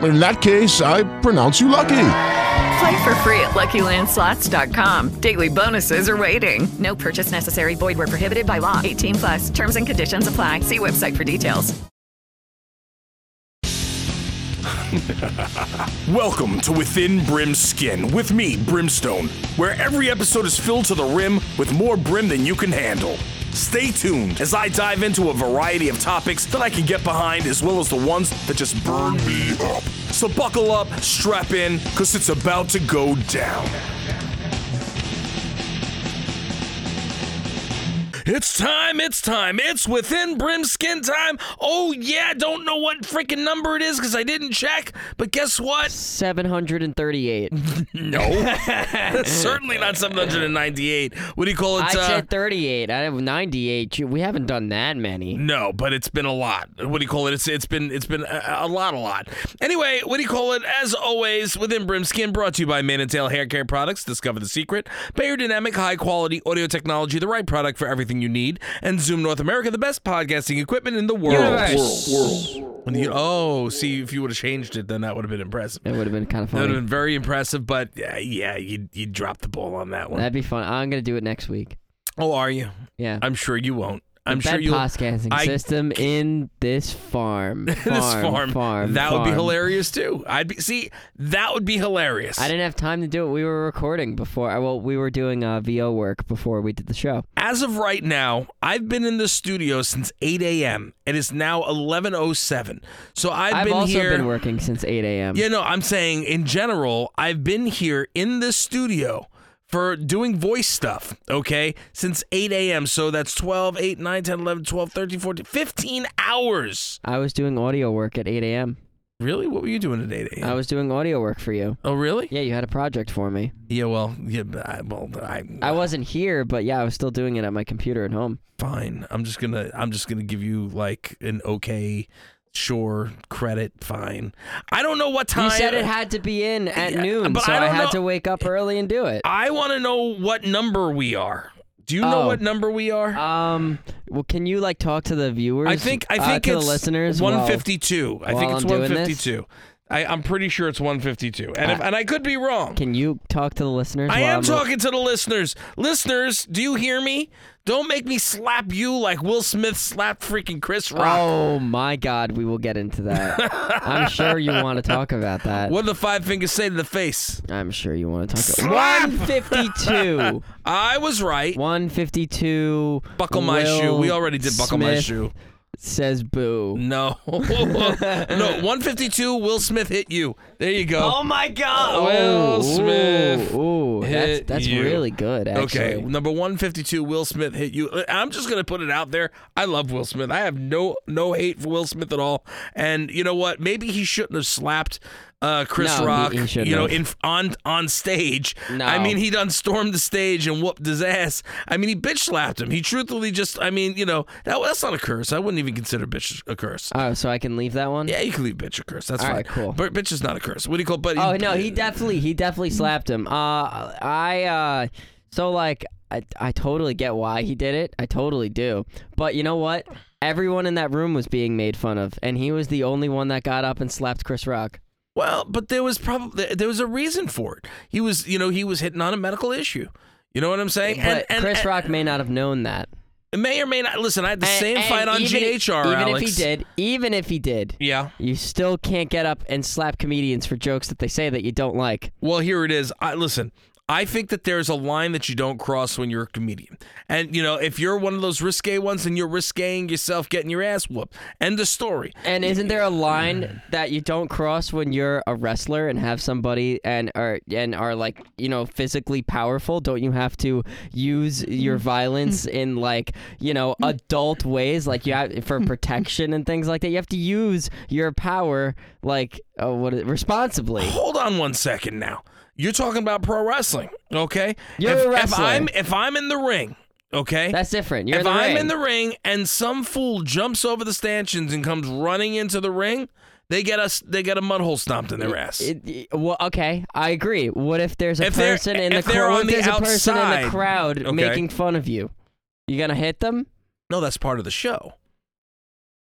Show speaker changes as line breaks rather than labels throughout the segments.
In that case, I pronounce you lucky.
Play for free at LuckyLandSlots.com. Daily bonuses are waiting. No purchase necessary. Void were prohibited by law. 18 plus. Terms and conditions apply. See website for details.
Welcome to Within Brim's Skin with me, Brimstone, where every episode is filled to the rim with more brim than you can handle. Stay tuned as I dive into a variety of topics that I can get behind, as well as the ones that just burn me up. So buckle up, strap in, because it's about to go down. It's time, it's time, it's within Brimskin time. Oh, yeah, don't know what freaking number it is because I didn't check, but guess what?
738.
No. That's certainly not 798. What do you call it?
I
uh,
said 38. I have 98. Gee, We haven't done that many.
no, but it's been a lot. What do you call it? It's it's been it's been a, a lot, a lot. Anyway, what do you call it? As always, within Brimskin, brought to you by Man and Tail Hair Care Products. Discover the secret. Bayer Dynamic, high quality audio technology, the right product for everything you need. And Zoom North America, the best podcasting equipment in the world. World, world. And you- oh, see, if you would have changed it, then that would have been impressive.
That would have been kind of
That would have
fun.
been very impressive, but yeah, yeah, you you dropped the ball on that one.
That'd be fun. I'm going to do it next week.
oh, are you?
Yeah.
I'm sure you won't. I'm
Best
sure you'll.
podcasting
I-
system in this farm. Farm,
this farm,
farm,
that would be
farm.
hilarious too. I'd be see that would be hilarious.
I didn't have time to do it. We were recording before. uh, Well, we were doing uh, VO work before we did the show.
As of right now, I've been in the studio since 8 a.m. and it's now 11:07. So I've,
I've
been
also
here.
been working since 8 a.m.
Yeah, no, I'm saying in general, I've been here in this studio for doing voice stuff, okay, since 8 a.m. So that's 12, 8, 9, 10, 11, 12, 13, 14, 15 hours.
I was doing audio work at 8 a.m.
Really? What were you doing at 8 a.m.?
I was doing audio work for you.
oh, really?
Yeah, you had a project for me.
Yeah, well, yeah, but I, well, I,
I wasn't here, but yeah, I was still doing it at my computer at home.
fine. I'm just gonna, I'm just gonna give you like an okay, sure credit. Fine. I don't know what time.
You said it had to be in at
Yeah,
noon,
but
so
I
I,
don't
had
know-
to wake up early and do it.
I want to know what number we are. Do you know
Oh.
what number we are?
Um, well, can you like talk to the viewers?
I think I
uh,
think
to
it's
the listeners. while-
152. I think
while
it's
I'm doing this? Ah.
152. I, I'm pretty sure it's 152, and if, and I could be wrong.
can you talk to the listeners?
I
while
am
I'm-
talking to the listeners. Listeners, do you hear me? Don't make me slap you like Will Smith slapped freaking Chris Rock.
Oh my God, we will get into that. I'm sure you want to talk about that.
What do the five fingers say to the face?
I'm sure you want to talk
Slap!
about 152.
I was right.
152.
Buckle my shoe.
Will
We already did buckle my
Smith
shoe.
Says boo.
No. no, 152, Will Smith hit you. There you go.
Oh my God.
Will Smith
Ooh, that's
hit
that's
you.
really good. Actually.
okay, number 152, Will Smith hit you. Uh, I'm just going to put it out there. I love Will Smith. I have no no hate for Will Smith at all. And you know what? Maybe he shouldn't have slapped uh, Chris
No, he-
Rock,
he shouldn't
you know,
have.
in on on stage.
No.
I mean, he done stormed the stage and whooped his ass. I mean, he bitch slapped him. He truthfully just I mean, you know, that, that's not a curse. I wouldn't even consider bitch a curse.
Oh, so I can leave that one.
Yeah, you can leave bitch a curse. That's
All
fine.
right, cool.
But bitch is not a curse. What do you call? But
Oh no, he definitely he definitely slapped him. Uh, I uh, so like I I totally get why he did it. I totally do. But you know what? Everyone in that room was being made fun of, and he was the only one that got up and slapped Chris Rock.
Well, but there was probably there was a reason for it. He was, you know, he was hitting on a medical issue. You know what I'm saying?
But Chris Rock may not have known that.
it may or may not. Listen, I had the
And-
same
and
fight on
even-
GHR,
Even
Alex.
if he did, even if he did,
Yeah.
you still can't get up and slap comedians for jokes that they say that you don't like.
Well, here it is. I listen. I think that there's a line that you don't cross when you're a comedian. And, you know, if you're one of those risque ones and you're risqueing yourself getting your ass whooped, end of story.
And isn't there a line that you don't cross when you're a wrestler and have somebody and are and are like you know physically powerful? Don't you have to use your violence in like you know adult ways, like you have for protection and things like that? You have to use your power like uh, what is- responsibly.
Hold on one second now. You're talking about pro wrestling, okay?
You're
if,
a wrestler.
If I'm, if I'm in the ring, okay?
That's different. You're
if
in the
I'm
ring.
in the ring and some fool jumps over the stanchions and comes running into the ring, they get us. They get a mud hole stomped in their ass.
It- it- well, okay, I agree. What if there's a
If they're-
person in the
if they're
crowd?
on the
there's a person in
outside,
the crowd
okay.
making fun of you? You gonna hit them?
no, that's part of the show.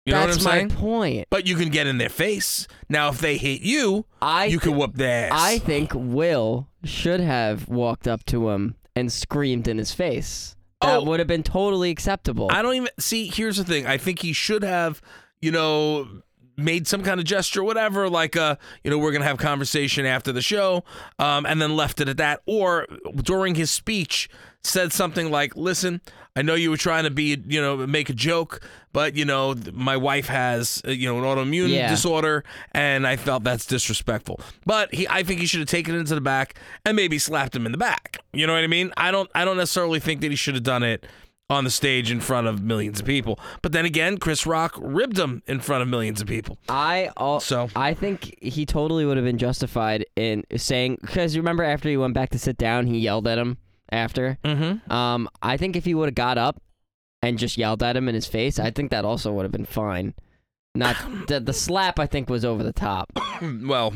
You know
That's
what I'm saying?
my point.
But you can get in their face. Now, if they hit you,
I
you can whoop their ass.
I think Will should have walked up to him and screamed in his face. That
Oh.
would have been totally acceptable.
I don't even see. Here's the thing. I think he should have, you know, made some kind of gesture, whatever, like uh, you know, we're gonna have conversation after the show, um, and then left it at that. Or during his speech, said something like, "Listen, I know you were trying to be, you know, make a joke, but you know, th- my wife has, uh, you know, an autoimmune
Yeah.
disorder, and I felt that's disrespectful. But he, I think he should have taken it into the back and maybe slapped him in the back. You know what I mean? I don't, I don't necessarily think that he should have done it." on the stage in front of millions of people. But then again, Chris Rock ribbed him in front of millions of people.
I also
So-
I think he totally would have been justified in saying because you remember after he went back to sit down, he yelled at him after. Mm-hmm. Um, I think if he would have got up and just yelled at him in his face, I think that also would have been fine. Not the the slap. I think was over the top.
Well,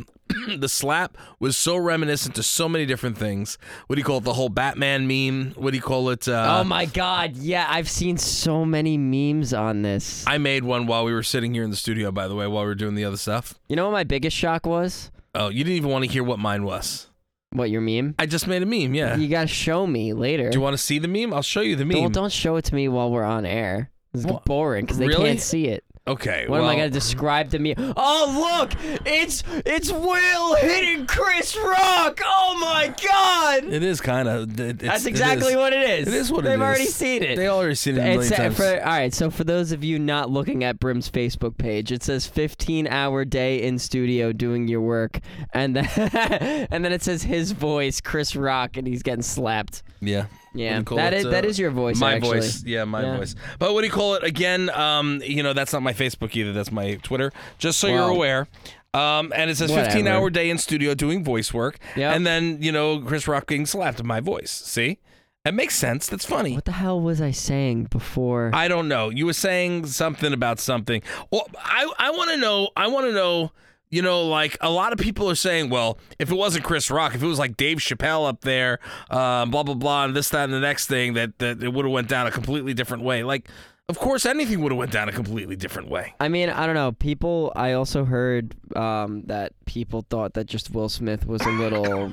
the slap was so reminiscent to so many different things. What do you call it? The whole Batman meme. What do you call it? Uh,
oh my god! Yeah, I've seen so many memes on this.
I made one while we were sitting here in the studio, by the way, while we were doing the other stuff.
You know what my biggest shock was?
Oh, you didn't even want to hear what mine was.
What your meme?
I just made a meme, yeah.
You gotta show me later.
do you want to see the meme? I'll show you the meme.
Don't don't show it to me while we're on air. It's
Wha-
boring because they
Really?
can't see it.
Okay.
What am I
well-
gonna describe to me? Oh look, it's it's Will hitting Chris Rock. Oh my God,
It is kind of.
that's exactly what it is.
It is what it
They've
is.
already seen it.
They already seen it a
It's- uh,
million times.
for- all right, so for those of you not looking at Brim's Facebook page, it says 15 hour day in studio doing your work, and then and then it says his voice, Chris Rock, and he's getting slapped.
Yeah. What
Yeah,
do you call
that
it?
is- that
Uh,
is your voice,
My
actually.
voice. Yeah, my
Yeah.
voice. But what do you call it again? Um, you know, that's not my Facebook either. That's my Twitter. Just so you're
Wow.
aware. Um, and it says
Whatever.
15 hour day in studio doing voice work.
Yep.
And then you know Chris Rock getting slapped in my voice. See, that makes sense. That's funny.
What the hell was I saying before?
I don't know. You were saying something about something. Well, I I want to know. I want to know. You know, like a lot of people are saying, well, if it wasn't Chris Rock, if it was like Dave Chappelle up there, uh, blah blah blah, and this that and the next thing, that that it would have went down a completely different way. Like, of course, anything would have went down a completely different way.
I mean, I don't know. People, I also heard um, that people thought that just Will Smith was a little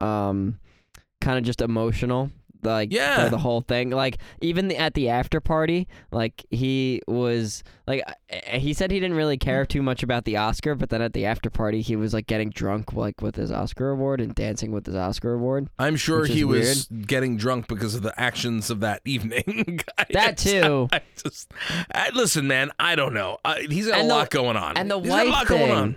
um, kind of just emotional. Like,
Yeah.
for the whole thing. Like, even the, at the after party, like, he was, like, uh, he said he didn't really care too much about the Oscar, but then at the after party, he was, like, getting drunk, like, with his Oscar award and dancing with his Oscar award.
I'm sure
Which is
he was getting drunk because of the actions of that evening. I
That
just-
too.
I just, I, listen, man, I don't know. Uh, he's got
And
a
the-
lot going on,
And the
He's got
wife
a lot
thing,
going on.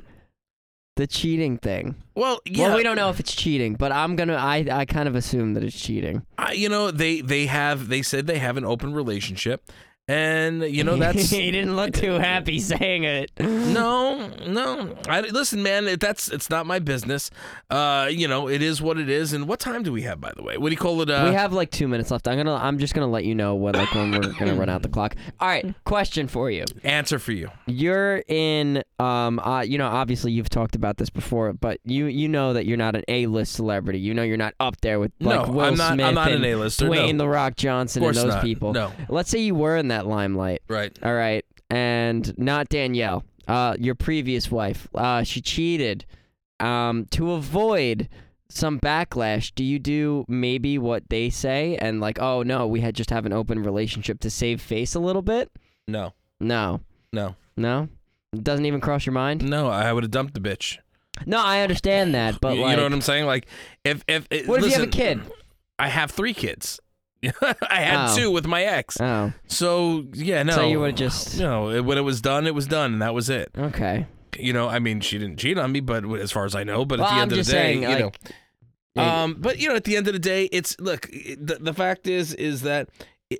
the cheating thing.
Well, yeah.
Well, we don't know if it's cheating, but I'm gonna. I I kind of assume that it's cheating.
I, you know they they have they said they have an open relationship and you know that's Uh,
he didn't look too happy saying it.
no no I, listen man it, that's it's not my business uh you know it is what it is and what time do we have by the way what do you call it uh
we have like two minutes left. I'm gonna. I'm just gonna let you know when like when we're gonna run out the clock. All right. Question for you.
answer for you
You're in. Um. Uh. You know. Obviously, you've talked about this before, but you you know that you're not an A-list celebrity. You know you're not up there with like
No,
Will
I'm not-
Smith
I'm not
and
an A-lister, no.
Dwayne the Rock Johnson and
Course
those
not,
people.
no.
Let's say you were in that limelight.
right
All right. And not Danielle, uh, your previous wife. Uh, she cheated. Um, to avoid some backlash, do you do maybe what they say and like, oh no, we had just have an open relationship to save face a little bit?
no
No,
no
no, it doesn't even cross your mind.
no I would have dumped the bitch
No, I understand that, but
you,
like,
you know what I'm saying? Like, if if it-
what if you
listen,
have a kid?
I have three kids. I had
Oh.
two with my ex.
Oh,
So yeah, no.
So you would've just-
no. it- when it was done, it was done, and that was it.
okay.
You know, I mean, she didn't cheat on me, but as far as I know, but
Well,
at the end
I'm
of
just
the day,
saying,
you
like,
know. Um, but you know, at the end of the day, it's look. it- The, the fact is, is that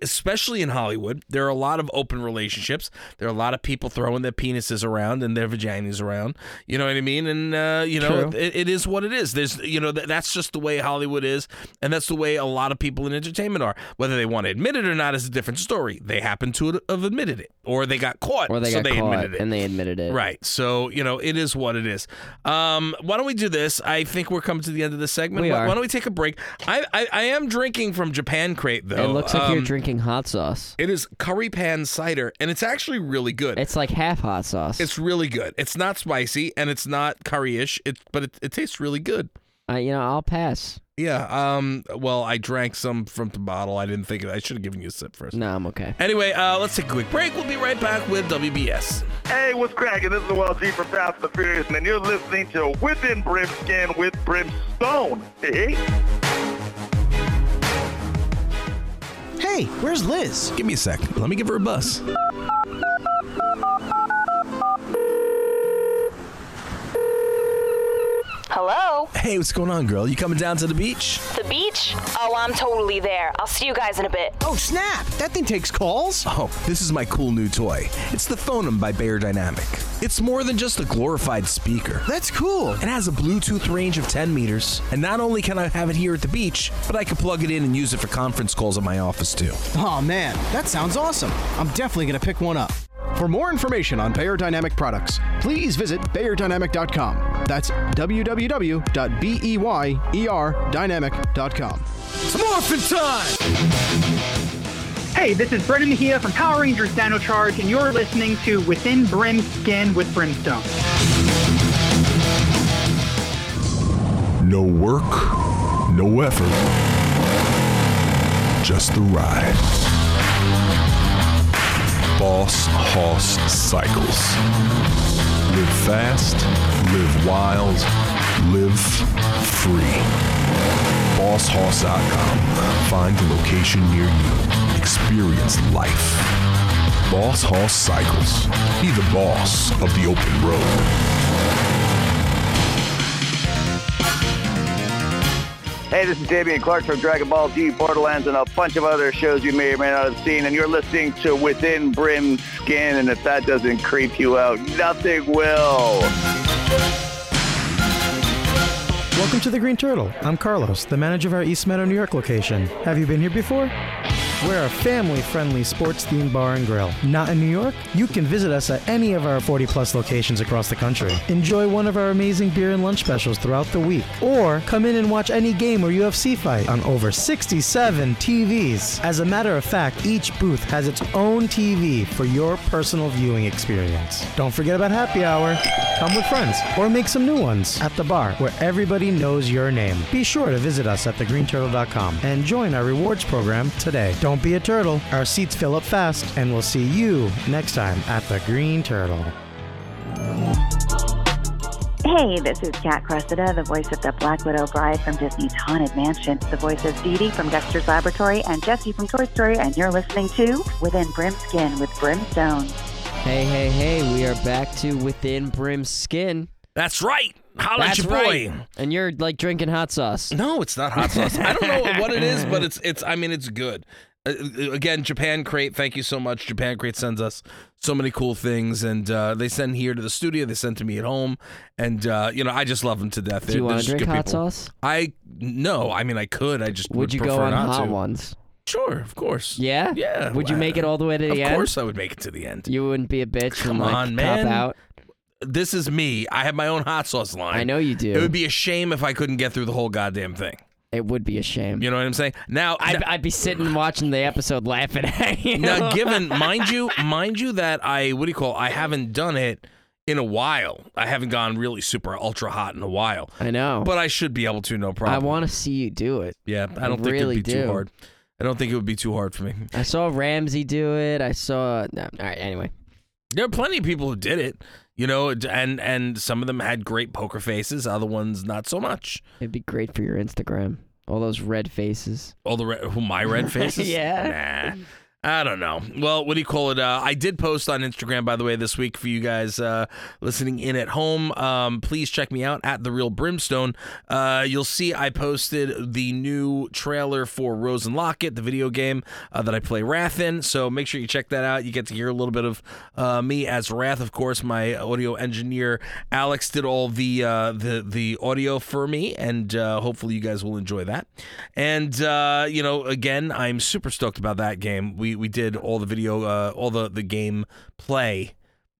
especially in Hollywood, there are a lot of open relationships. There are a lot of people throwing their penises around and their vaginas around. You know what I mean? And uh, you know,
True.
it, it is what it is. There's you know, th- that's just the way Hollywood is, and that's the way a lot of people in entertainment are. Whether they want to admit it or not is a different story. They happen to have admitted it, or they got caught,
Or they
so
got
they
caught
admitted it.
and they admitted it.
Right. So, you know, it is what it is. Um, why don't we do this? I think we're coming to the end of the segment.
We
why,
are.
why don't we take a break? I, I, I am drinking from Japan Crate, though.
It looks like you're
Um,
drinking hot sauce.
It is curry pan cider, and it's actually really good.
It's like half hot sauce.
It's really good. It's not spicy and it's not curry-ish, it, but it, it tastes really good.
Uh, you know, I'll pass.
Yeah. Um. Well, I drank some from the bottle. I didn't think of I should have given you a sip first.
No, I'm okay.
Anyway, uh, let's take a quick break. We'll be right back with WBS.
Hey, what's cracking? This is Noel G from Fast and the Furious, and you're listening to Within Brimskin with Brimstone. Hey?
Hey, where's Liz?
Give me a sec. Let me give her a bus.
Hello?
Hey, what's going on, girl? You coming down to the beach?
The beach? Oh, I'm totally there. I'll see you guys in a bit. Oh, snap! That thing takes calls?
Oh, this is my cool new toy. It's the Phonem by Bayer Dynamic. It's more than just a glorified speaker.
That's cool.
It has a Bluetooth range of 10 meters, and not only can I have it here at the beach, but I can plug it in and use it for conference calls at my office too.
Oh, man, that sounds awesome. I'm definitely gonna pick one up.
For more information on Bayer Dynamic products, please visit BayerDynamic.com. That's
E
www.beyerdynamic.com.
Morphin' time!
Hey, this is Brennan here from Power Rangers Dino Charge, and you're listening to Within Brim Skin with Brimstone.
No work, no effort, just the ride. Boss Hoss Cycles. Live fast, live wild, live free. BossHoss.com. Find the location near you. Experience life. Boss Hoss Cycles. Be the boss of the open road.
Hey, this is Damian Clark from Dragon Ball Z, Borderlands, and a bunch of other shows you may or may not have seen, and you're listening to Within Brim Skin, and if that doesn't creep you out, nothing will.
Welcome to the Green Turtle. I'm Carlos, the manager of our East Meadow, New York location. Have you been here before? We're a family friendly sports themed bar and grill. Not in New York? You can visit us at any of our 40 plus locations across the country. Enjoy one of our amazing beer and lunch specials throughout the week. Or come in and watch any game or UFC fight on over 67 TVs. As a matter of fact, each booth has its own TV for your personal viewing experience. Don't forget about happy hour. Come with friends or make some new ones at the bar where everybody knows your name. Be sure to visit us at thegreenturtle.com and join our rewards program today. Don't be a turtle. Our seats fill up fast, and we'll see you next time at the Green Turtle.
Hey, this is Kat Cressida, the voice of the Black Widow Bride from Disney's Haunted Mansion, the voice of Dee Dee from Dexter's Laboratory, and Jesse from Toy Story, and you're listening to Within Brimskin with Brimstone.
Hey, hey, hey, we are back to Within Brim Skin.
That's right. Holla at
That's
your
right.
boy.
And you're like drinking hot sauce.
No, it's not hot sauce. I don't know what it is, but it's it's. I mean, it's good. Uh, uh, again, Japan Crate. Thank you so much. Japan Crate sends us so many cool things, and uh, they send here to the studio. They send to me at home, and uh, you know, I just love them to death.
Do you
They're-
want
they're
to
just
drink
good
hot
people.
sauce?
I no. I mean, I could. I just
Would, you go
prefer
on
not
hot
to.
ones?
Sure, of course.
Yeah?
Yeah.
Would you make it all the way to
of
the end?
Of course, I would make it to the end.
You wouldn't be a bitch
Come
and like
on,
cop
man.
out.
This is me. I have my own hot sauce line.
I know you do.
It would be a shame if I couldn't get through the whole goddamn thing.
It would be a shame.
You know what I'm saying? Now,
I'd, I'd be sitting and watching the episode laughing at you.
now given mind you mind you that i what do you call i haven't done it in a while i haven't gone really super ultra hot in a while
I know.
but i should be able to no
I
problem
want to see you do it.
yeah i don't think
really
it'd be
do.
too hard i don't think it would be too hard for me
I saw Ramsey do it. I saw. No, all right, anyway.
There are plenty of people who did it, you know, and and some of them had great poker faces, other ones not so much.
It'd be great for your Instagram. All those red faces.
All the red, who my red faces?
Yeah.
Nah. I don't know. Well, what do you call it? Uh, I did post on Instagram, by the way, this week for you guys uh, listening in at home. Um, please check me out at the Real Brimstone. Uh, you'll see I posted the new trailer for Rose and Locket, the video game uh, that I play Wrath in. So make sure you check that out. You get to hear a little bit of uh, me as Wrath, of course. My audio engineer Alex did all the uh, the the audio for me, and uh, hopefully you guys will enjoy that. And uh, you know, again, I'm super stoked about that game. We we did all the video, uh, all the the game play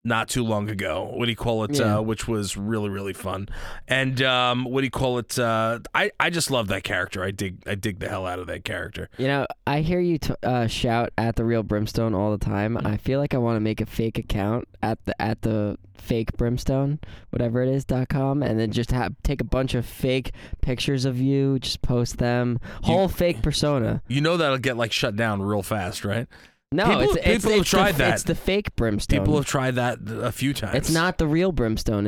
not too long ago. What do you call it?
Yeah.
Uh, which was really really fun. And um, what do you call it? Uh, I I just love that character. I dig I dig the hell out of that character.
You know, I hear you t- uh, shout at the real brimstone all the time.
Mm.
I feel like I want to make a fake account at the at the fake brimstone, whatever it is dot com, and then just have take a bunch of fake pictures of you, just post them, whole fake persona.
You know that'll get like shut down real fast, right?
No,
people,
it's, it's,
people have
it's the-
tried that.
It's the fake brimstone.
People have tried that a few times. Oh,
It's not the real brimstone.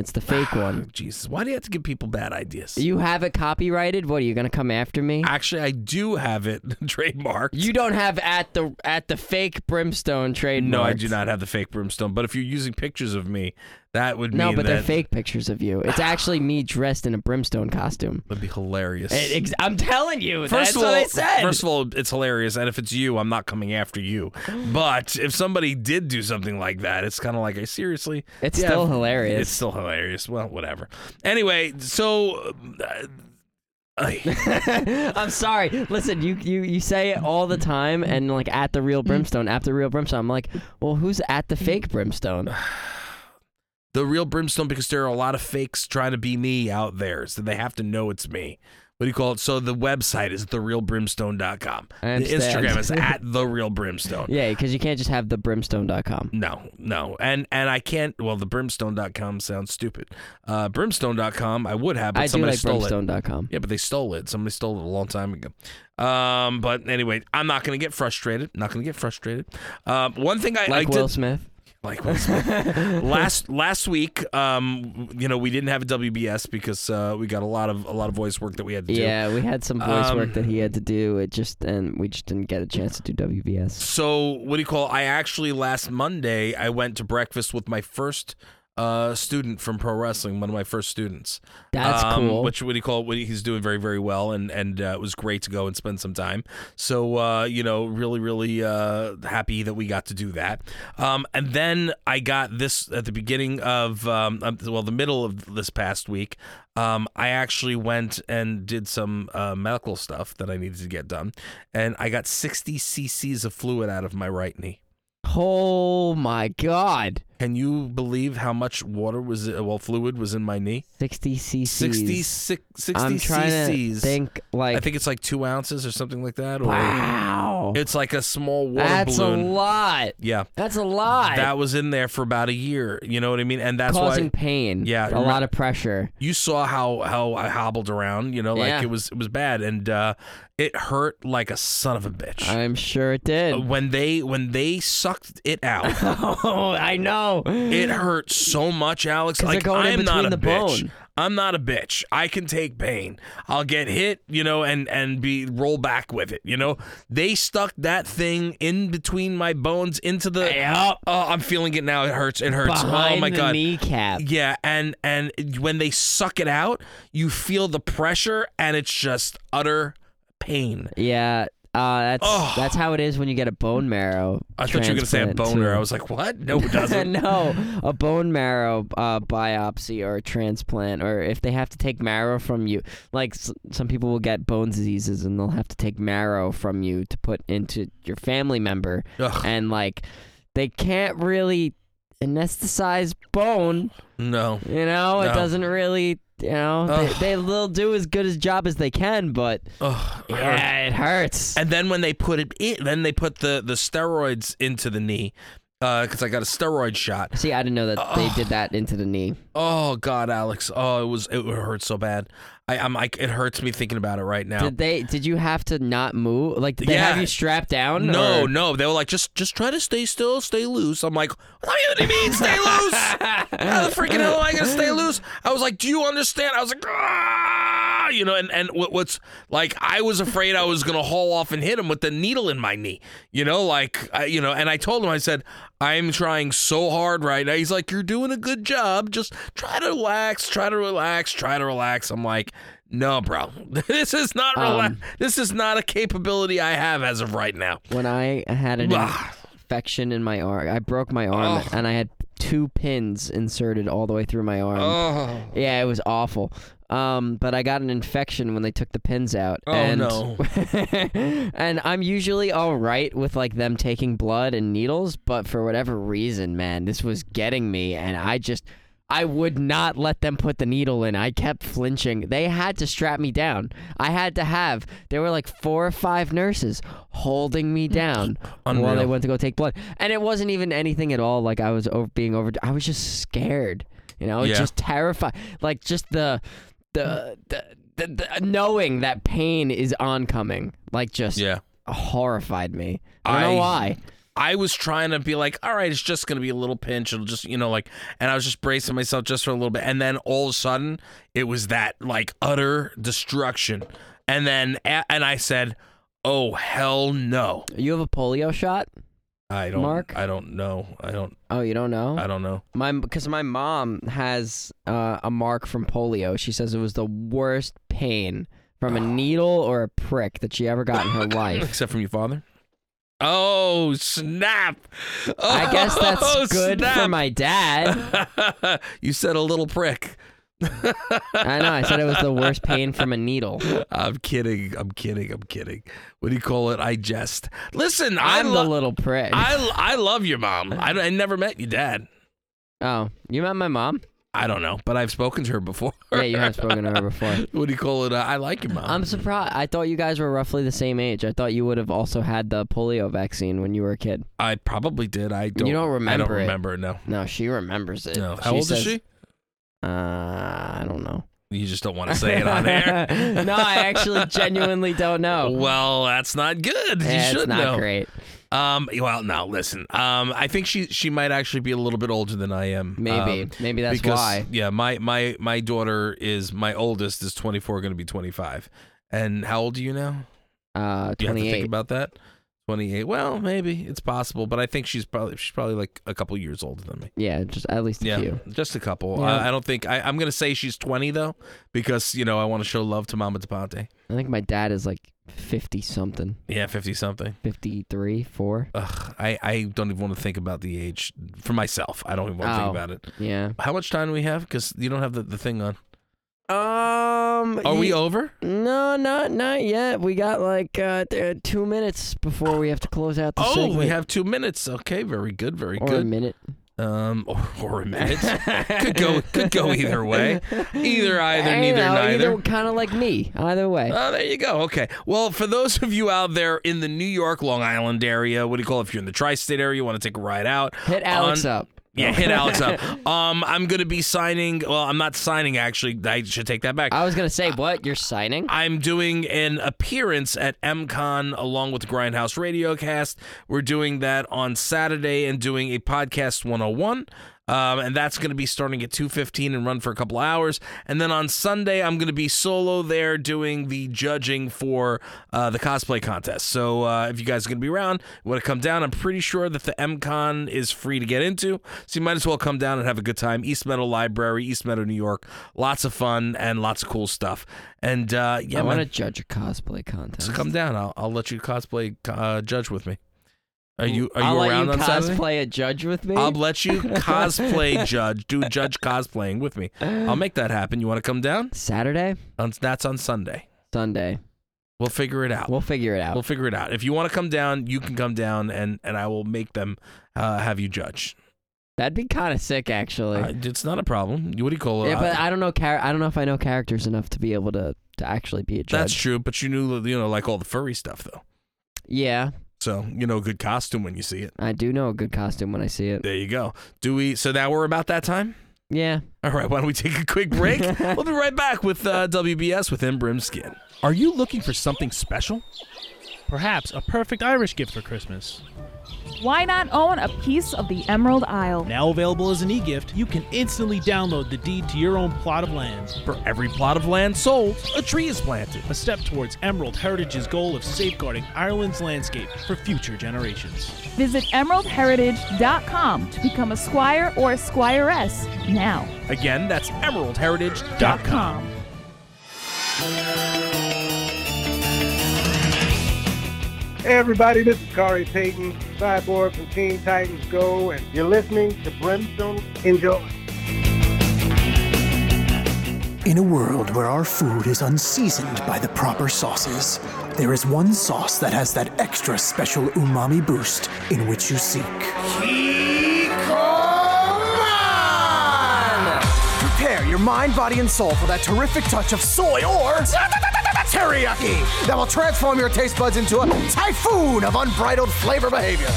It's the fake one.
Jesus, why do you have to give people bad ideas?
You have it copyrighted. What are you gonna come after me?
Actually, I do have it trademarked.
You don't have at the at the fake brimstone trademark.
No, I do not have the fake brimstone. But if you're using pictures of me, that would
No,
mean
but
that
they're fake pictures of you. It's actually me dressed in a brimstone costume.
That'd be hilarious.
It, ex- I'm telling you,
First
that's
of all,
what I said.
first of all, it's hilarious, and if it's you, I'm not coming after you.
Oh.
But if somebody did do something like that, it's kind of like, I seriously,
It's still hilarious.
It's still hilarious. Well, whatever. Anyway, so uh,
I'm sorry. Listen, you, you you say it all the time, and like at the real brimstone, at the real brimstone. I'm like, well, who's at the fake brimstone?
the real brimstone because there are a lot of fakes trying to be me out there, so they have to know it's me. What do you call it? So the website is therealbrimstone.com. The
I understand.
Instagram is at therealbrimstone.
Yeah, because you can't just have the brimstone.com.
No, no. And and I can't well the brimstone.com sounds stupid. Uh brimstone.com I would have but
I do
somebody
like
stole
brimstone.com.
it. Yeah, but they stole it. Somebody stole it a long time ago. Um but anyway, I'm not going to get frustrated. Not going to get frustrated. Um one thing I
Like
I
Will
did,
Smith.
Like Will Smith. last last week, um, you know, we didn't have a WBS because uh, we got a lot of a lot of voice work that we had to do.
Yeah, we had some voice
Um,
work that he had to do. It just and we just didn't get a chance to do WBS.
So what do you call? I actually last Monday I went to breakfast with my first uh, student from pro wrestling, one of my first students. Um,
That's cool.
Which what do you call? What he's doing very very well, and and uh, it was great to go and spend some time. So uh, you know, really really uh, happy that we got to do that. Um, and then I got this at the beginning of um, um, well the middle of this past week. Um, I actually went and did some uh, medical stuff that I needed to get done, and I got 60 cc's of fluid out of my right knee.
Oh my god!
Can you believe how much water was well fluid was in my knee?
60 cc's.
60, six- 60
I'm trying
cc's.
to think like
I think it's like two ounces or something like that. Or
Wow.
It's like a small water
that's
balloon.
a lot.
Yeah.
That's a lot.
That was in there for about a year. You know what I mean? And that's
causing
why
pain.
Yeah,
a lot of pressure.
you saw how how I hobbled around. You know, like
Yeah.
it was it was bad, and uh, it hurt like a son of a bitch.
I'm sure it did.
When they when they sucked it out,
oh, I know
it hurt so much, Alex.
Mm. 'Cause they're
Like
going in
I'm not
between
a
the
bitch.
bone.
I'm not a bitch. I can take pain. I'll get hit, you know, and and be roll back with it. You know, they stuck that thing in between my bones into the. Oh, I'm feeling it now. It hurts. It hurts.
Behind
oh my
the
god.
kneecap.
Yeah, and and when they suck it out, you feel the pressure, and it's just utter pain.
Yeah. Uh, that's that's how it is when you get a bone marrow.
I thought you were gonna say a
transplant,
boner.
too.
I was like, what? No, it doesn't.
no, a bone marrow uh, biopsy or a transplant, or if they have to take marrow from you, like s- some people will get bone diseases and they'll have to take marrow from you to put into your family member, and like they can't really anesthetize bone.
No,
you know it
No.
doesn't really. You know they,
Ugh.
they will do as good a job as they can, but yeah, it hurts.
And then when they put it in, then they put the the steroids into the knee. because I got a steroid shot.
See, I didn't know that they did that into the knee.
Oh God, Alex. Oh, it was it hurt so bad. I, I'm like it hurts me thinking about it right now.
Did they? Did you have to not move? Like, did they have
Yeah.
you strapped down?
No,
or-
no. They were like, just just try to stay still, stay loose. I'm like, what do you mean stay loose? How the freaking hell am I gonna stay loose? I was like, do you understand? I was like, ah, you know, and and what, what's like, I was afraid I was gonna haul off and hit him with the needle in my knee, you know, like, I, you know, and I told him, I said, I'm trying so hard right now. He's like, you're doing a good job. Just try to relax, try to relax, try to relax. I'm like. No, bro. This is not rela-
Um,
this is not a capability I have as of right now.
When I had an
Blah.
infection in my arm, I broke my arm,
Ugh.
and I had two pins inserted all the way through my arm.
Ugh.
Yeah, it was awful. Um, but I got an infection when they took the pins out.
Oh,
and
no.
and I'm usually all right with like them taking blood and needles, but for whatever reason, man, this was getting me, and I just I would not let them put the needle in. I kept flinching. They had to strap me down. I had to have. There were like four or five nurses holding me down while they
Unreal.
went to go take blood, and it wasn't even anything at all. Like I was over, being over. I was just scared. You know,
Yeah.
just terrified. Like just the the the, the, the knowing that pain is oncoming, like just
Yeah.
horrified me. I don't know why.
I was trying to be like, all right, it's just going to be a little pinch. It'll just, you know, like, and I was just bracing myself just for a little bit. And then all of a sudden, it was that like utter destruction. And then, a- and I said, oh, hell no.
You have a polio shot?
I don't,
Mark?
I don't know. I don't,
Oh, you don't know?
I don't know.
My because my mom has uh, a mark from polio. She says it was the worst pain from a needle or a prick that she ever got in her life.
Except from your father. Oh, snap.
I guess that's
Oh,
good for
snap.
my dad.
you said a little prick.
I know. I said it was the worst pain from a needle.
I'm kidding. I'm kidding. I'm kidding. What do you call it? I jest. Listen, I
I'm
lo-
the little prick.
I, I love your mom. I, I never met your dad.
Oh, you met my mom?
I don't know, but I've spoken to her before.
Yeah, you have spoken to her before.
what do you call it? Uh, I like your mom.
I'm surprised. I thought you guys were roughly the same age. I thought you would have also had the polio vaccine when you were a kid.
I probably did. I don't.
you don't remember.
I don't
it.
remember. it, No.
No, she remembers it.
No. How old
says-
is she?
Uh, I don't know.
You just don't want to say it on air.
no, I actually genuinely don't know.
Well, that's not good.
Yeah,
you
it's
should
not
know.
great.
Um. Well, no. Listen. Um. I think she she might actually be a little bit older than I am.
Maybe.
um,
Maybe that's
because,
why.
Yeah. My my my daughter is my oldest is 24, going to be 25. And how old are you now?
Uh,
Do you have to
28.
think about that? 28. Well, maybe it's possible, but I think she's probably she's probably like a couple years older than me.
Yeah, just at least a
Yeah,
few.
just a couple.
Yeah.
I, I don't think I, I'm gonna say she's 20 though, because you know I want to show love to Mama Tapante.
I think my dad is like 50 something,
Yeah, 50 something.
53, 4.
Ugh, I, I don't even want to think about the age for myself. I don't even want to
Oh,
think about it.
Yeah.
How much time do we have? Because you don't have the, the thing on.
Um.
Are we
ye-
over?
No, not not yet. We got like uh, th- two minutes before we have to close out the
Oh,
segment.
we have two minutes. Okay, very good, very
or
good.
a minute.
Um, or, or a minute could go could go either way. Either either neither neither.
kind of like me. Either way.
Oh, there you go. Okay. Well, for those of you out there in the New York, Long Island area, what do you call it? If you're in the tri-state area, you want to take a ride out.
Hit Alex
on-
up.
Yeah, hit Alex up. Um, I'm gonna be signing. Well, I'm not signing actually. I should take that back.
I was gonna say what you're signing.
I'm doing an appearance at MCon along with Grindhouse Radiocast. We're doing that on Saturday and doing a podcast 101. Um, and that's going to be starting at 2.15 and run for a couple hours and then on sunday i'm going to be solo there doing the judging for uh, the cosplay contest so uh, if you guys are going to be around want to come down i'm pretty sure that the mcon is free to get into so you might as well come down and have a good time east meadow library east meadow new york lots of fun and lots of cool stuff and uh, yeah
I want to
man.
judge a cosplay contest.
So come down. I'll, I'll let you cosplay uh, judge with me. Are you are you
I'll
around
let
on
you
Saturday?
cosplay a judge with me.
I'll let you cosplay judge, do judge cosplaying with me. I'll make that happen. You want to come down?
Saturday,
On, that's on Sunday.
Sunday.
We'll figure it out.
We'll figure it out.
We'll figure it out. If you want to come down, you can come down, and and I will make them uh, have you judge.
That'd be kind of sick, actually.
I- it's not a problem. You- What do you call it?
yeah,
I-
but I don't know. Char- I don't know if I know characters enough to be able to to actually be a judge.
that's true. But you knew you know like all the furry stuff though.
Yeah.
So you know a good costume when you see it.
I do know a good costume when I see it.
There you go. Do we? So now we're about that time.
Yeah.
All right. Why don't we take a quick break? we'll be right back with uh, WBS within Brim Skin.
Are you looking for something special? Perhaps a perfect Irish gift for Christmas.
Why not own a piece of the Emerald Isle?
Now available as an e gift, you can instantly download the deed to your own plot of land.
For every plot of land sold, a tree is planted.
A step towards Emerald Heritage's goal of safeguarding Ireland's landscape for future generations.
Visit emeraldheritage.com to become a squire or a squiress now.
Again, that's emeraldheritage.com.
Hey everybody, this is Kari Payton, Cyborg from Teen Titans Go, and you're listening to Brimstone. Enjoy.
In a world where our food is unseasoned by the proper sauces, there is one sauce that has that extra special umami boost in which you seek. Prepare your mind, body, and soul for that terrific touch of soy or teriyaki that will transform your taste buds into a typhoon of unbridled flavor behavior.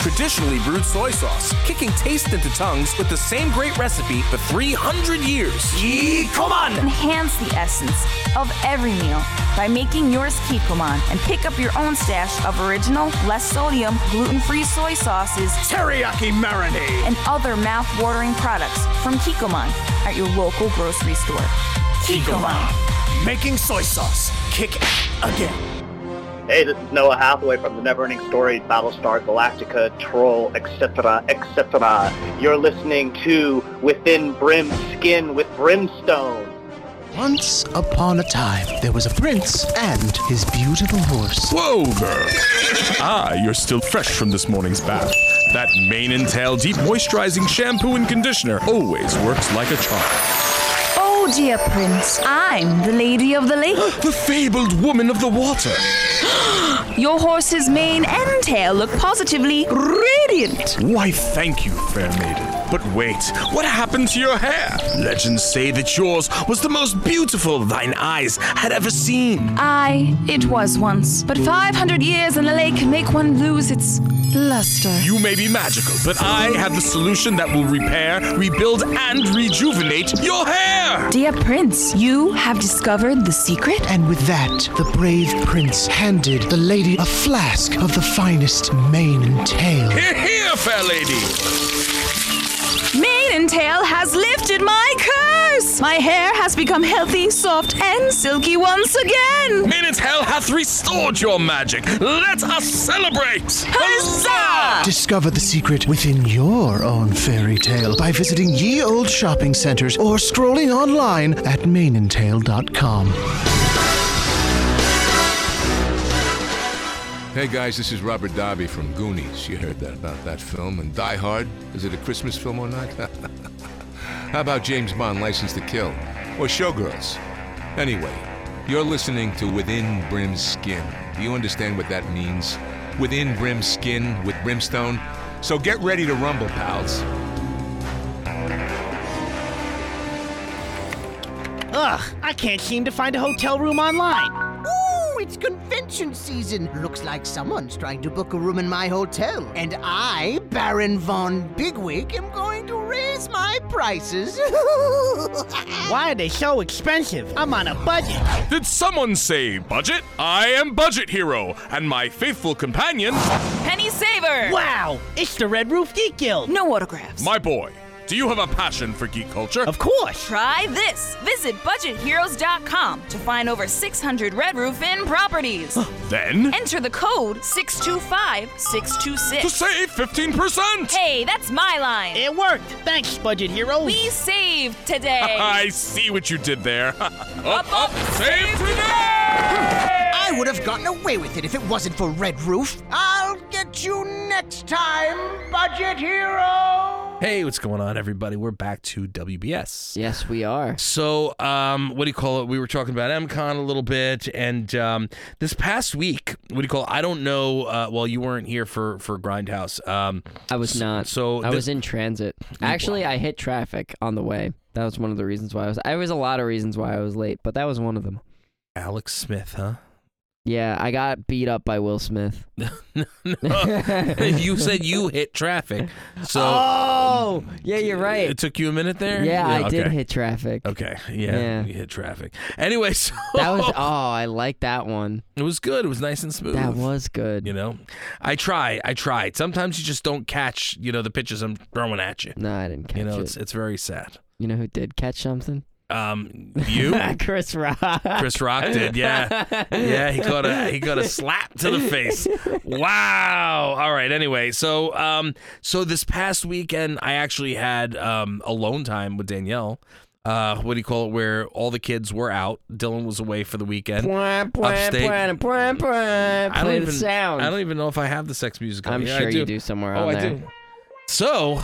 Traditionally brewed soy sauce, kicking taste into tongues with the same great recipe for 300 years.
Enhance the essence of every meal by making yours Kikoman and pick up your own stash of original, less sodium, gluten-free soy sauces,
teriyaki marinade,
and other mouth-watering products from Kikoman at your local grocery store.
Kikoman, making soy sauce kick again.
Hey, this is Noah Hathaway from the Neverending Stories, Battlestar Galactica, Troll, etc., etc. You're listening to Within Brim Skin with Brimstone.
Once upon a time, there was a prince and his beautiful horse.
Whoa, girl! ah, you're still fresh from this morning's bath. That mane and tail deep moisturizing shampoo and conditioner always works like a charm.
Oh dear prince, I'm the lady of the lake.
the fabled woman of the water.
Your horse's mane and tail look positively radiant.
Why, thank you, fair maiden. But wait, what happened to your hair? Legends say that yours was the most beautiful thine eyes had ever seen.
Aye, it was once, but 500 years in the lake make one lose its luster.
You may be magical, but I have the solution that will repair, rebuild, and rejuvenate your hair!
Dear prince, you have discovered the secret?
And with that, the brave prince handed the lady a flask of the finest mane and tail.
Here, here, fair lady!
Mane and tail has lifted my curse! My hair has become healthy, soft, and silky once again!
Minute hell hath restored your magic! Let us celebrate! Huzzah!
Discover the secret within your own fairy tale by visiting ye old shopping centers or scrolling online at mainandtail.com.
Hey guys, this is Robert Darby from Goonies. You heard that about that film and Die Hard. Is it a Christmas film or not? How about James Bond: License to Kill or Showgirls? Anyway, you're listening to Within Brim's Skin. Do you understand what that means? Within Brim's Skin with Brimstone. So get ready to rumble, pals.
Ugh, I can't seem to find a hotel room online.
Ooh, it's convention season. Looks like someone's trying to book a room in my hotel. And I, Baron Von Bigwig, am going to raise my prices.
Why are they so expensive? I'm on a budget.
Did someone say budget? I am Budget Hero, and my faithful companion,
Penny Saver! Wow, it's the Red Roof Geek Guild. No autographs.
my boy. Do you have a passion for geek culture? Of
course.
Try this. Visit budgetheroes.com to find over 600 Red Roof Inn properties.
Then,
Enter the code 625-626.
To save 15%!
Hey, that's my line.
It worked. Thanks, Budget Hero.
We saved today.
I see what you did there. up,
up,
save
I would have gotten away with it if it wasn't for Red Roof.
I'll get you next time, Budget Hero!
Hey, what's going on, everybody? We're back to WBS.
Yes, we are.
So, um, what do you call it? We were talking about MCon a little bit, and um, this past week, what do you call? It? I don't know. Uh, well, you weren't here for for Grindhouse. Um,
I was not.
So
I
the-
was in transit. Actually, I hit traffic on the way. That was one of the reasons why I was. I was a lot of reasons why I was late, but that was one of them.
Alex Smith, huh?
Yeah, I got beat up by Will Smith.
you said you hit traffic, so
oh, yeah, you're right.
It took you a minute there.
Yeah, I did
okay.
hit traffic.
Okay, yeah, you hit traffic. Anyway, so
That was oh, I like that one.
It was good. It was nice and smooth.
That was good.
You know, I try. I tried. Sometimes you just don't catch. You know, the pitches I'm throwing at you.
No, I didn't catch
You know,
it.
it's it's very sad.
You know who did catch something?
Um, you,
Chris Rock.
Chris Rock did. Yeah, yeah. He caught a he caught a slap to the face. Wow. All right. Anyway, so um, so this past weekend, I actually had um alone time with Danielle. Uh, what do you call it? Where all the kids were out. Dylan was away for the weekend. Upstate. I don't
Play the
even-
sound.
I don't even know if I have the sex music. on
I'm
here. I
sure you do somewhere
Oh,
on
I
there.
do. So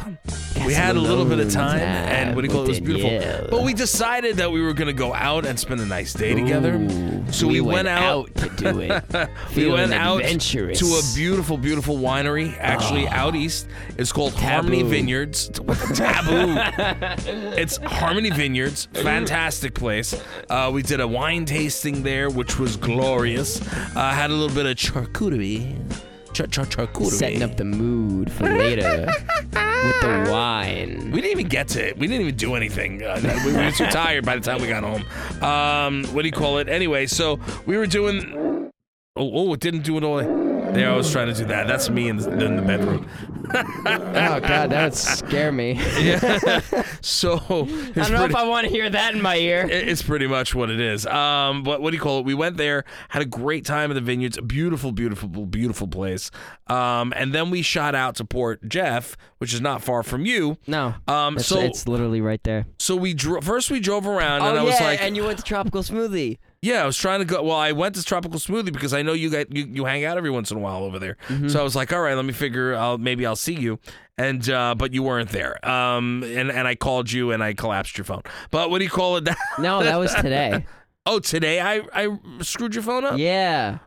we had a little bit of time, and what do you call it? It was beautiful. But we decided that we were going to go out and spend a nice day together. So we,
we went
out,
out to do it.
we
Feeling
went out
adventurous. Ah.
to a beautiful, beautiful winery. Actually, out east, it's called Harmony
Taboo.
Vineyards. What the taboo? it's Harmony Vineyards, fantastic place. Uh, we did a wine tasting there, which was glorious. Uh, had a little bit of charcuterie. Char- char- charcuterie.
Setting up the mood for later with the wine.
We didn't even get to it. We didn't even do anything. Uh, we were too tired by the time we got home. Um, what do you call it? Anyway, so we were doing. Oh, oh it didn't do it all. There, I was trying to do that. That's me in the, in the bedroom.
Oh God, that would scare me.
so
I don't know if I want to hear that in my ear.
It's pretty much what it is. Um, but what do you call it? We went there, had a great time at the vineyards, a beautiful, beautiful, beautiful place. Um, and then we shot out to Port Jeff, which is not far from you.
No.
Um,
It's,
so
it's literally right there.
so we dro- first we drove around, and
oh
I was
yeah,
like,
and you went to Tropical Smoothie.
Yeah, I was trying to go. Well, I went to Tropical Smoothie because I know you got you, you hang out every once in a while over there.
Mm-hmm.
So I was like, all right, let me figure. I'll maybe I'll see you. And uh, but you weren't there. Um, and and I called you and I collapsed your phone. But what do you call it?
No, that was today.
oh, today I I screwed your phone up.
Yeah.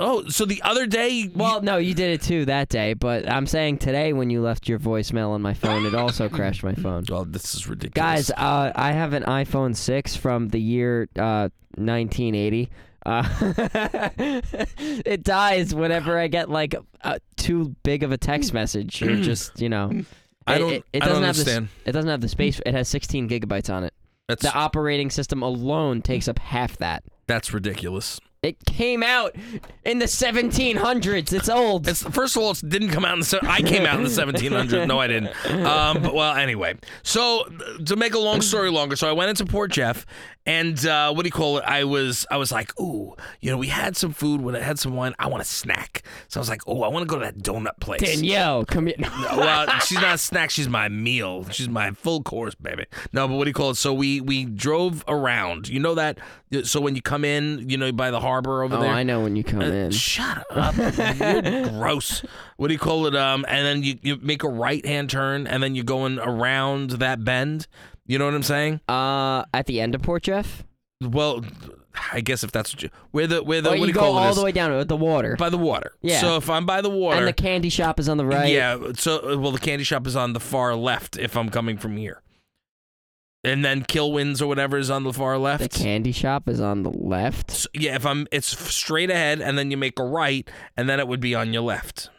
Oh, so the other day.
Well, no, you did it too that day, but I'm saying today when you left your voicemail on my phone, it also crashed my phone.
Well, Oh, this is ridiculous.
Guys, uh, I have an iPhone 6 from the year uh, 1980. Uh, it dies whenever I get like uh, too big of a text message or just you know.
I
It-
don't-
It, it
I don't
doesn't have the s-
understand.
it doesn't have the space. It has 16 gigabytes on it.
That's-
the uh operating system alone takes up half that.
That's ridiculous.
It came out in the 1700s. It's old.
It's first of all, it didn't come out in the. se- I came out in the 1700s. No, I didn't. Um, but, well, anyway, so th- to make a long story longer, so I went into Port Jeff, and uh, what do you call it? I was I was like, ooh, you know, we had some food when I had some wine. I want a snack, so I was like, oh, I want to go to that donut place.
Danielle, come here. No,
well, she's not a snack. She's my meal. She's my full course, baby. No, but what do you call it? So we we drove around. You know that. So when you come in, you know by the harbor over
Oh,
there. Uh,
I know when you come in.
Shut up. You're gross. What do you call it? Um, and then you, you make a right hand turn, and then you're going around that bend. You know what I'm saying?
Uh, at the end of Port Jeff.
Well, I guess if that's what you, where the where the
Or
what
you,
do you
go
call it
all
is-
the way down with the water.
by the water.
Yeah.
So if I'm by the water,
and the candy shop is on the right.
yeah. So well, the candy shop is on the far left if I'm coming from here, and then Killwinds or whatever is on the far left.
The candy shop is on the left.
So, yeah, if I'm, it's f- straight ahead, and then you make a right, and then it would be on your left.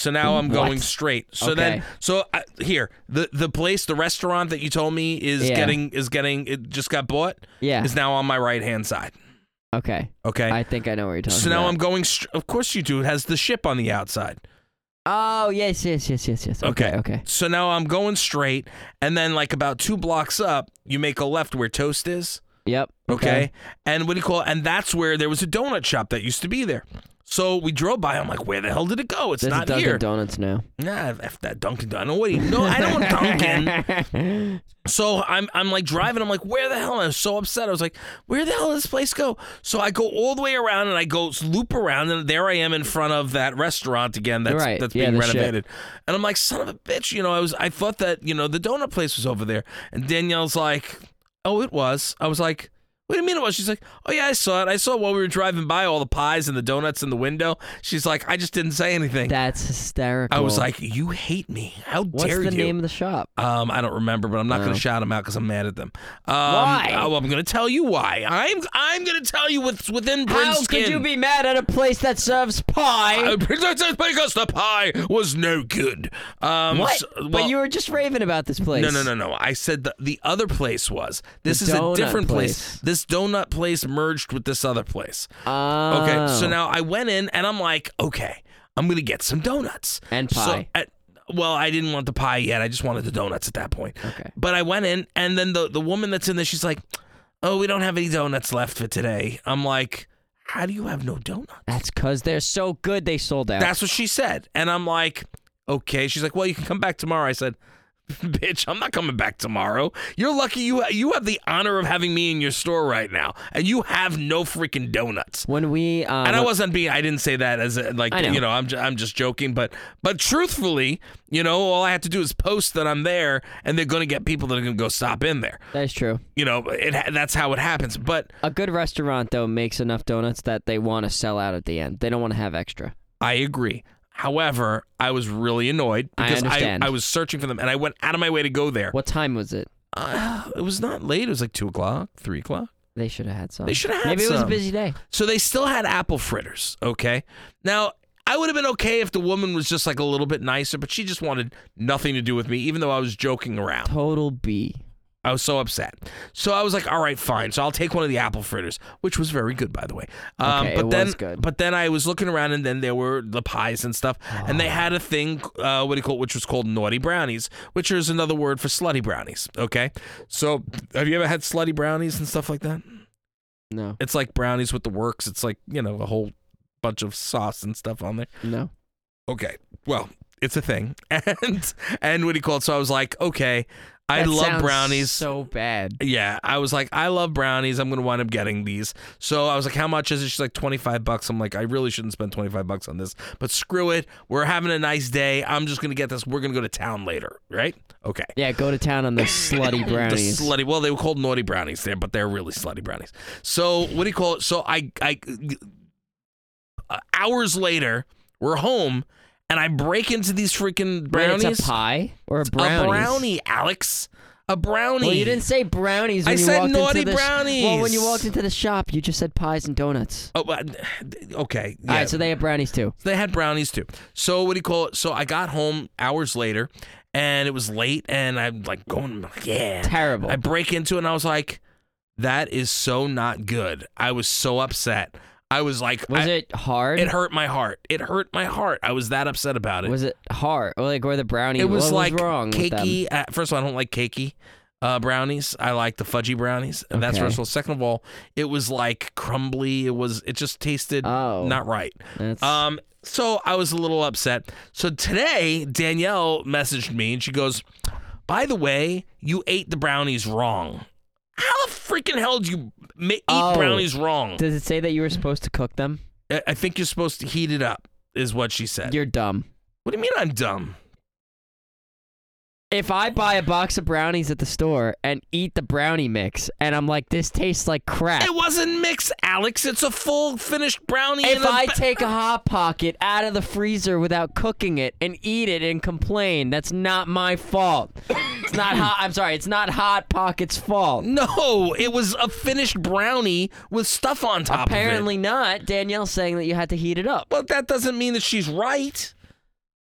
So now I'm
What?
going straight. So then,
Okay.
so I, here, the the place, the restaurant that you told me is
Yeah.
getting is getting it just got bought.
Yeah.
is now on my right hand side.
Okay.
Okay.
I think I know what you're talking
So now
about.
I'm going. Str- of course you do. It has the ship on the outside.
Oh yes, yes, yes, yes, yes. Okay. Okay.
So now I'm going straight, and then like about two blocks up, you make a left where Toast is.
Yep.
Okay.
okay.
And what do you call? And that's where there was a donut shop that used to be there. So we drove by. I'm like, where the hell did it go? It's
There's a
not
Dunkin'
here.
Donuts now.
Nah, f that Dunkin' Donuts. What do you know? I don't want Dunkin'. So I'm I'm like driving. I'm like, where the hell? I was so upset. I was like, where the hell did this place go? So I go all the way around and I go loop around, and there I am in front of that restaurant again. That's
Right.
that's
Yeah,
being
the ship.
renovated. And I'm like, son of a bitch. You know, I was I thought that you know the donut place was over there, and Danielle's like, oh, it was. I was like. What do you mean it was? She's like, Oh, yeah, I saw it. I saw it while we were driving by all the pies and the donuts in the window. She's like, I just didn't say anything.
That's hysterical.
I was like, You hate me. How
What's
dare you?
the name of the shop?
Um, I don't remember, but I'm not going
Oh.
to shout them out because I'm mad at them. Um,
Why?
Oh, I'm going to tell you why. I'm I'm going to tell you what's within Brim's
How
skin.
could you be mad at a place that serves pie?
Uh, because the pie was no good. Um,
what?
so-
but
well-
you were just raving about this place.
No, no, no, no. I said the, the other place was. This
The
is a
donut
different place. This
place.
donut place merged with this other place.
Oh.
Okay. So now I went in and I'm like, okay, I'm going to get some donuts.
And
So
pie.
I- well, I didn't want the pie yet. I just wanted the donuts at that point.
Okay.
But I went in and then the, the woman that's in there, she's like, oh, we don't have any donuts left for today. I'm like, how do you have no donuts?
That's because they're so good they sold out.
That's what she said. And I'm like, okay. She's like, well, you can come back tomorrow. I said, bitch, I'm not coming back tomorrow. You're lucky you you have the honor of having me in your store right now, and you have no freaking donuts.
when we uh,
and I
when-
wasn't being. I didn't say that as a, like
I know.
you know. I'm ju- I'm just joking, but but truthfully, you know, all I have to do is post that I'm there, and they're gonna get people that are gonna go stop in there.
That's true.
You know, it ha- that's how it happens. But
A good restaurant though makes enough donuts that they want to sell out at the end. They don't want to have extra.
I agree. However, I was really annoyed
I
because I,
understand.
was searching for them and I went out of my way to go there.
What time was it?
Uh, it was not late. It was like 2 o'clock, 3 o'clock.
They should have had some.
They should have had
Maybe it was a
some.
busy day.
So they still had apple fritters, okay? Now, I would have been okay if the woman was just like a little bit nicer, but she just wanted nothing to do with me, even though I was joking around.
Total B.
I was so upset. So I was like, all right, fine. So I'll take one of the apple fritters, which was very good, by the way. Um,
Okay,
but
it
then,
was good.
But then I was looking around, and then there were the pies and stuff. And
Ah.
they had a thing, uh, what do you call it, which was called naughty brownies, which is another word for slutty brownies. Okay. So have you ever had slutty brownies and stuff like that?
No.
It's like brownies with the works. It's like, you know, a whole bunch of sauce and stuff on there.
No.
Okay. Well, it's a thing. And and what do you call it? So I was like, okay, I
That
love
sounds
brownies.
So bad.
Yeah, I was like, I love brownies. I'm gonna wind up getting these. So I was like, how much is it? She's like, 25 bucks. I'm like, I really shouldn't spend 25 bucks on this, but screw it. We're having a nice day. I'm just gonna get this. We're gonna go to town later, right? Okay.
Yeah, go to town on the slutty brownies.
The slutty. Well, they were called naughty brownies there, but they're really slutty brownies. So what do you call it? So I, I, uh, hours later, we're home, and I break into these freaking
Wait, it's
brownies.
a pie or a
It's
brownies?
brownie, Alex. A brownie.
Well, you didn't say brownies.
I
When you
said
walked
naughty
into the sh-
brownies.
well, when you walked into the shop, you just said pies and donuts.
Oh, but- okay. Yeah.
All right, so they have brownies too.
So they had brownies too. So what do you call it? So I got home hours later, and it was late, and I'm like going, like, yeah,
Terrible.
I break into it, and I was like, that is so not good. I was so upset. I was like,
Was
I-
it hard?
It hurt my heart. It hurt my heart. I was that upset about it.
Was it hard? Or like were the brownies?
It was
what
like
wrong with them?
cakey. Uh, first of all, I don't like cakey uh, brownies. I like the fudgy brownies. And That's
Okay.
first of all. Second of all, it was like crumbly. It was. It just tasted
Oh.
not right. Um. So I was a little upset. So today Danielle messaged me and she goes, "By the way, you ate the brownies wrong. How the freaking hell do you ma- eat
Oh.
brownies wrong?
Does it say that
Mm.
you were supposed to cook them?
I I think you're supposed to heat it up." Is what she said.
You're dumb.
What do you mean I'm dumb?
If I buy a box of brownies at the store and eat the brownie mix, and I'm like, this tastes like crap.
It wasn't mixed, Alex. It's a full finished brownie.
If
in a
I
ba-
take a hot pocket out of the freezer without cooking it and eat it and complain, that's not my fault. It's not hot. I'm sorry. It's not hot pocket's fault.
No, it was a finished brownie with stuff on top. of it.
Apparently not. Danielle's saying that you had to heat it up.
But that doesn't mean that she's right.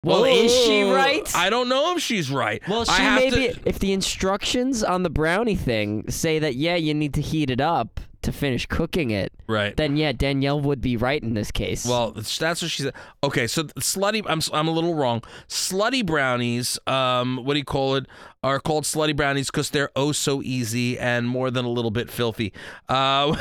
Well, is she
Oh,
right?
I don't know if she's right.
Well,
I
she
have
may
to-
be. If the instructions on the brownie thing say that, yeah, you need to heat it up to finish cooking it,
Right.
Then yeah, Danielle would be right in this case.
Well, that's that's what she said. Okay, so the slutty. I'm I'm a little wrong. Slutty brownies. Um, what do you call it? Are called slutty brownies because they're oh so easy and more than a little bit filthy. Uh,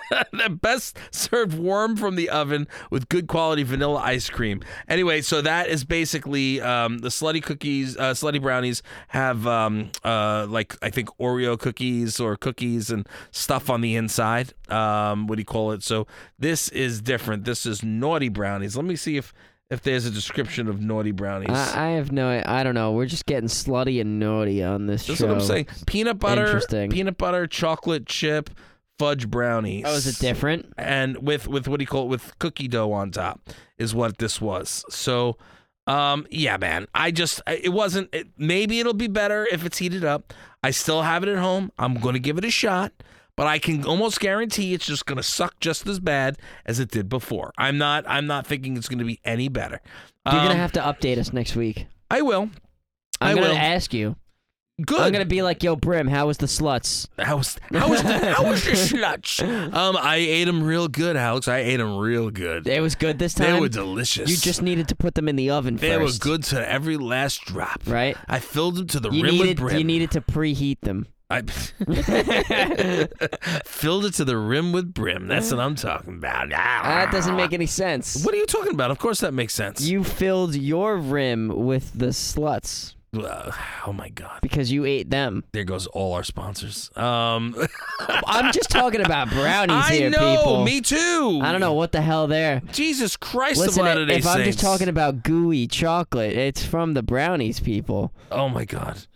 they're best served warm from the oven with good quality vanilla ice cream. Anyway, so that is basically um, the slutty cookies. Uh, slutty brownies have um, uh, like I think Oreo cookies or cookies and stuff on the inside. Um, what do you call it? So this is different. This is naughty brownies. Let me see if if there's a description of naughty brownies.
I, I have no. I don't know. We're just getting slutty and naughty on this
That's
show.
what I'm saying. Peanut butter,
Interesting.
peanut butter, chocolate chip, fudge brownies.
Oh, is it different?
And with with what do you call it? With cookie dough on top is what this was. So, um, yeah, man. I just I- it wasn't. It, maybe it'll be better if it's heated up. I still have it at home. I'm gonna give it a shot. But I can almost guarantee it's just going to suck just as bad as it did before. I'm not. I'm not thinking it's going to be any better.
You're gonna
Um,
have to update us next week.
I will.
I'm
I
gonna
will.
ask you.
Good.
I'm gonna be like, yo, Brim, how was the sluts?
How was how was how was your schnutz? Um, I ate them real good, Alex. I ate them real good.
It was good this
They
time.
were delicious.
You just needed to put them in the oven
They
first.
were good to every last drop.
Right.
I filled them to the
You
rim
needed,
with brim.
you needed to preheat them.
I filled it to the rim with brim. That's what I'm talking about.
That doesn't make any sense.
Ah. What are you talking about? Of course that makes sense.
You filled your rim with the sluts
Uh, oh my god.
because you ate them.
There goes all our sponsors. Um,
I'm just talking about brownies
I
here,
know,
people.
me too.
I don't know what the hell there.
Jesus Christ,
Listen,
about it,
if I'm just talking about gooey chocolate, it's from the brownies, people.
Oh my god.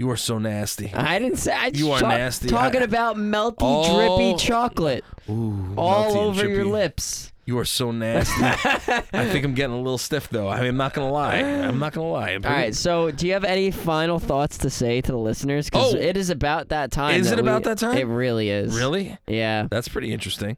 You are so nasty.
I didn't say. I
You are
talk-
nasty.
Talking
I-
about melty,
All-
drippy chocolate
Ooh, melty
all
and
over your
drippy.
lips.
You are so nasty. I think I'm getting a little stiff though. I mean, I'm not gonna lie. I'm not gonna lie. I'm
All right. So, do you have any final thoughts to say to the listeners? 'Cause
Oh.
it is about that time.
Is
that
it about
we-
that time?
It really is.
Really?
Yeah.
That's pretty interesting.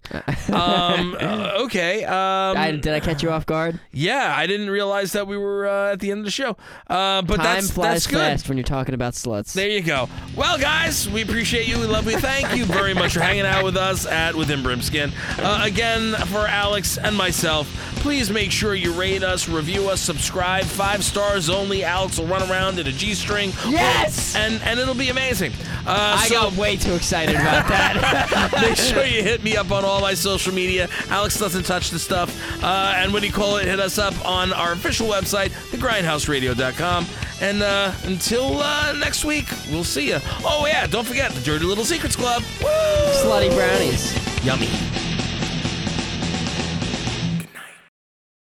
um, uh, okay. Um,
I, did I catch you off guard?
yeah, I didn't realize that we were uh, at the end of the show. Uh, but
time
that's
flies
that's good.
fast when you're talking about sluts.
There you go. Well, guys, we appreciate you. We love you. Thank you very much for hanging out with us at Within Brimskin. Uh, again, for Alex and myself, please make sure you rate us, review us, subscribe. Five stars only. Alex will run around in a G string.
Yes!
And, and it'll be amazing. Uh,
I
so-
got way too excited about that.
Make sure you hit me up on all my social media. Alex doesn't touch the stuff. Uh, and when you call it, hit us up on our official website, thegrindhouseradio.com. And uh, until uh, next week, we'll see you. Oh, yeah, don't forget the Dirty Little Secrets Club. Woo!
Slutty brownies.
Yummy.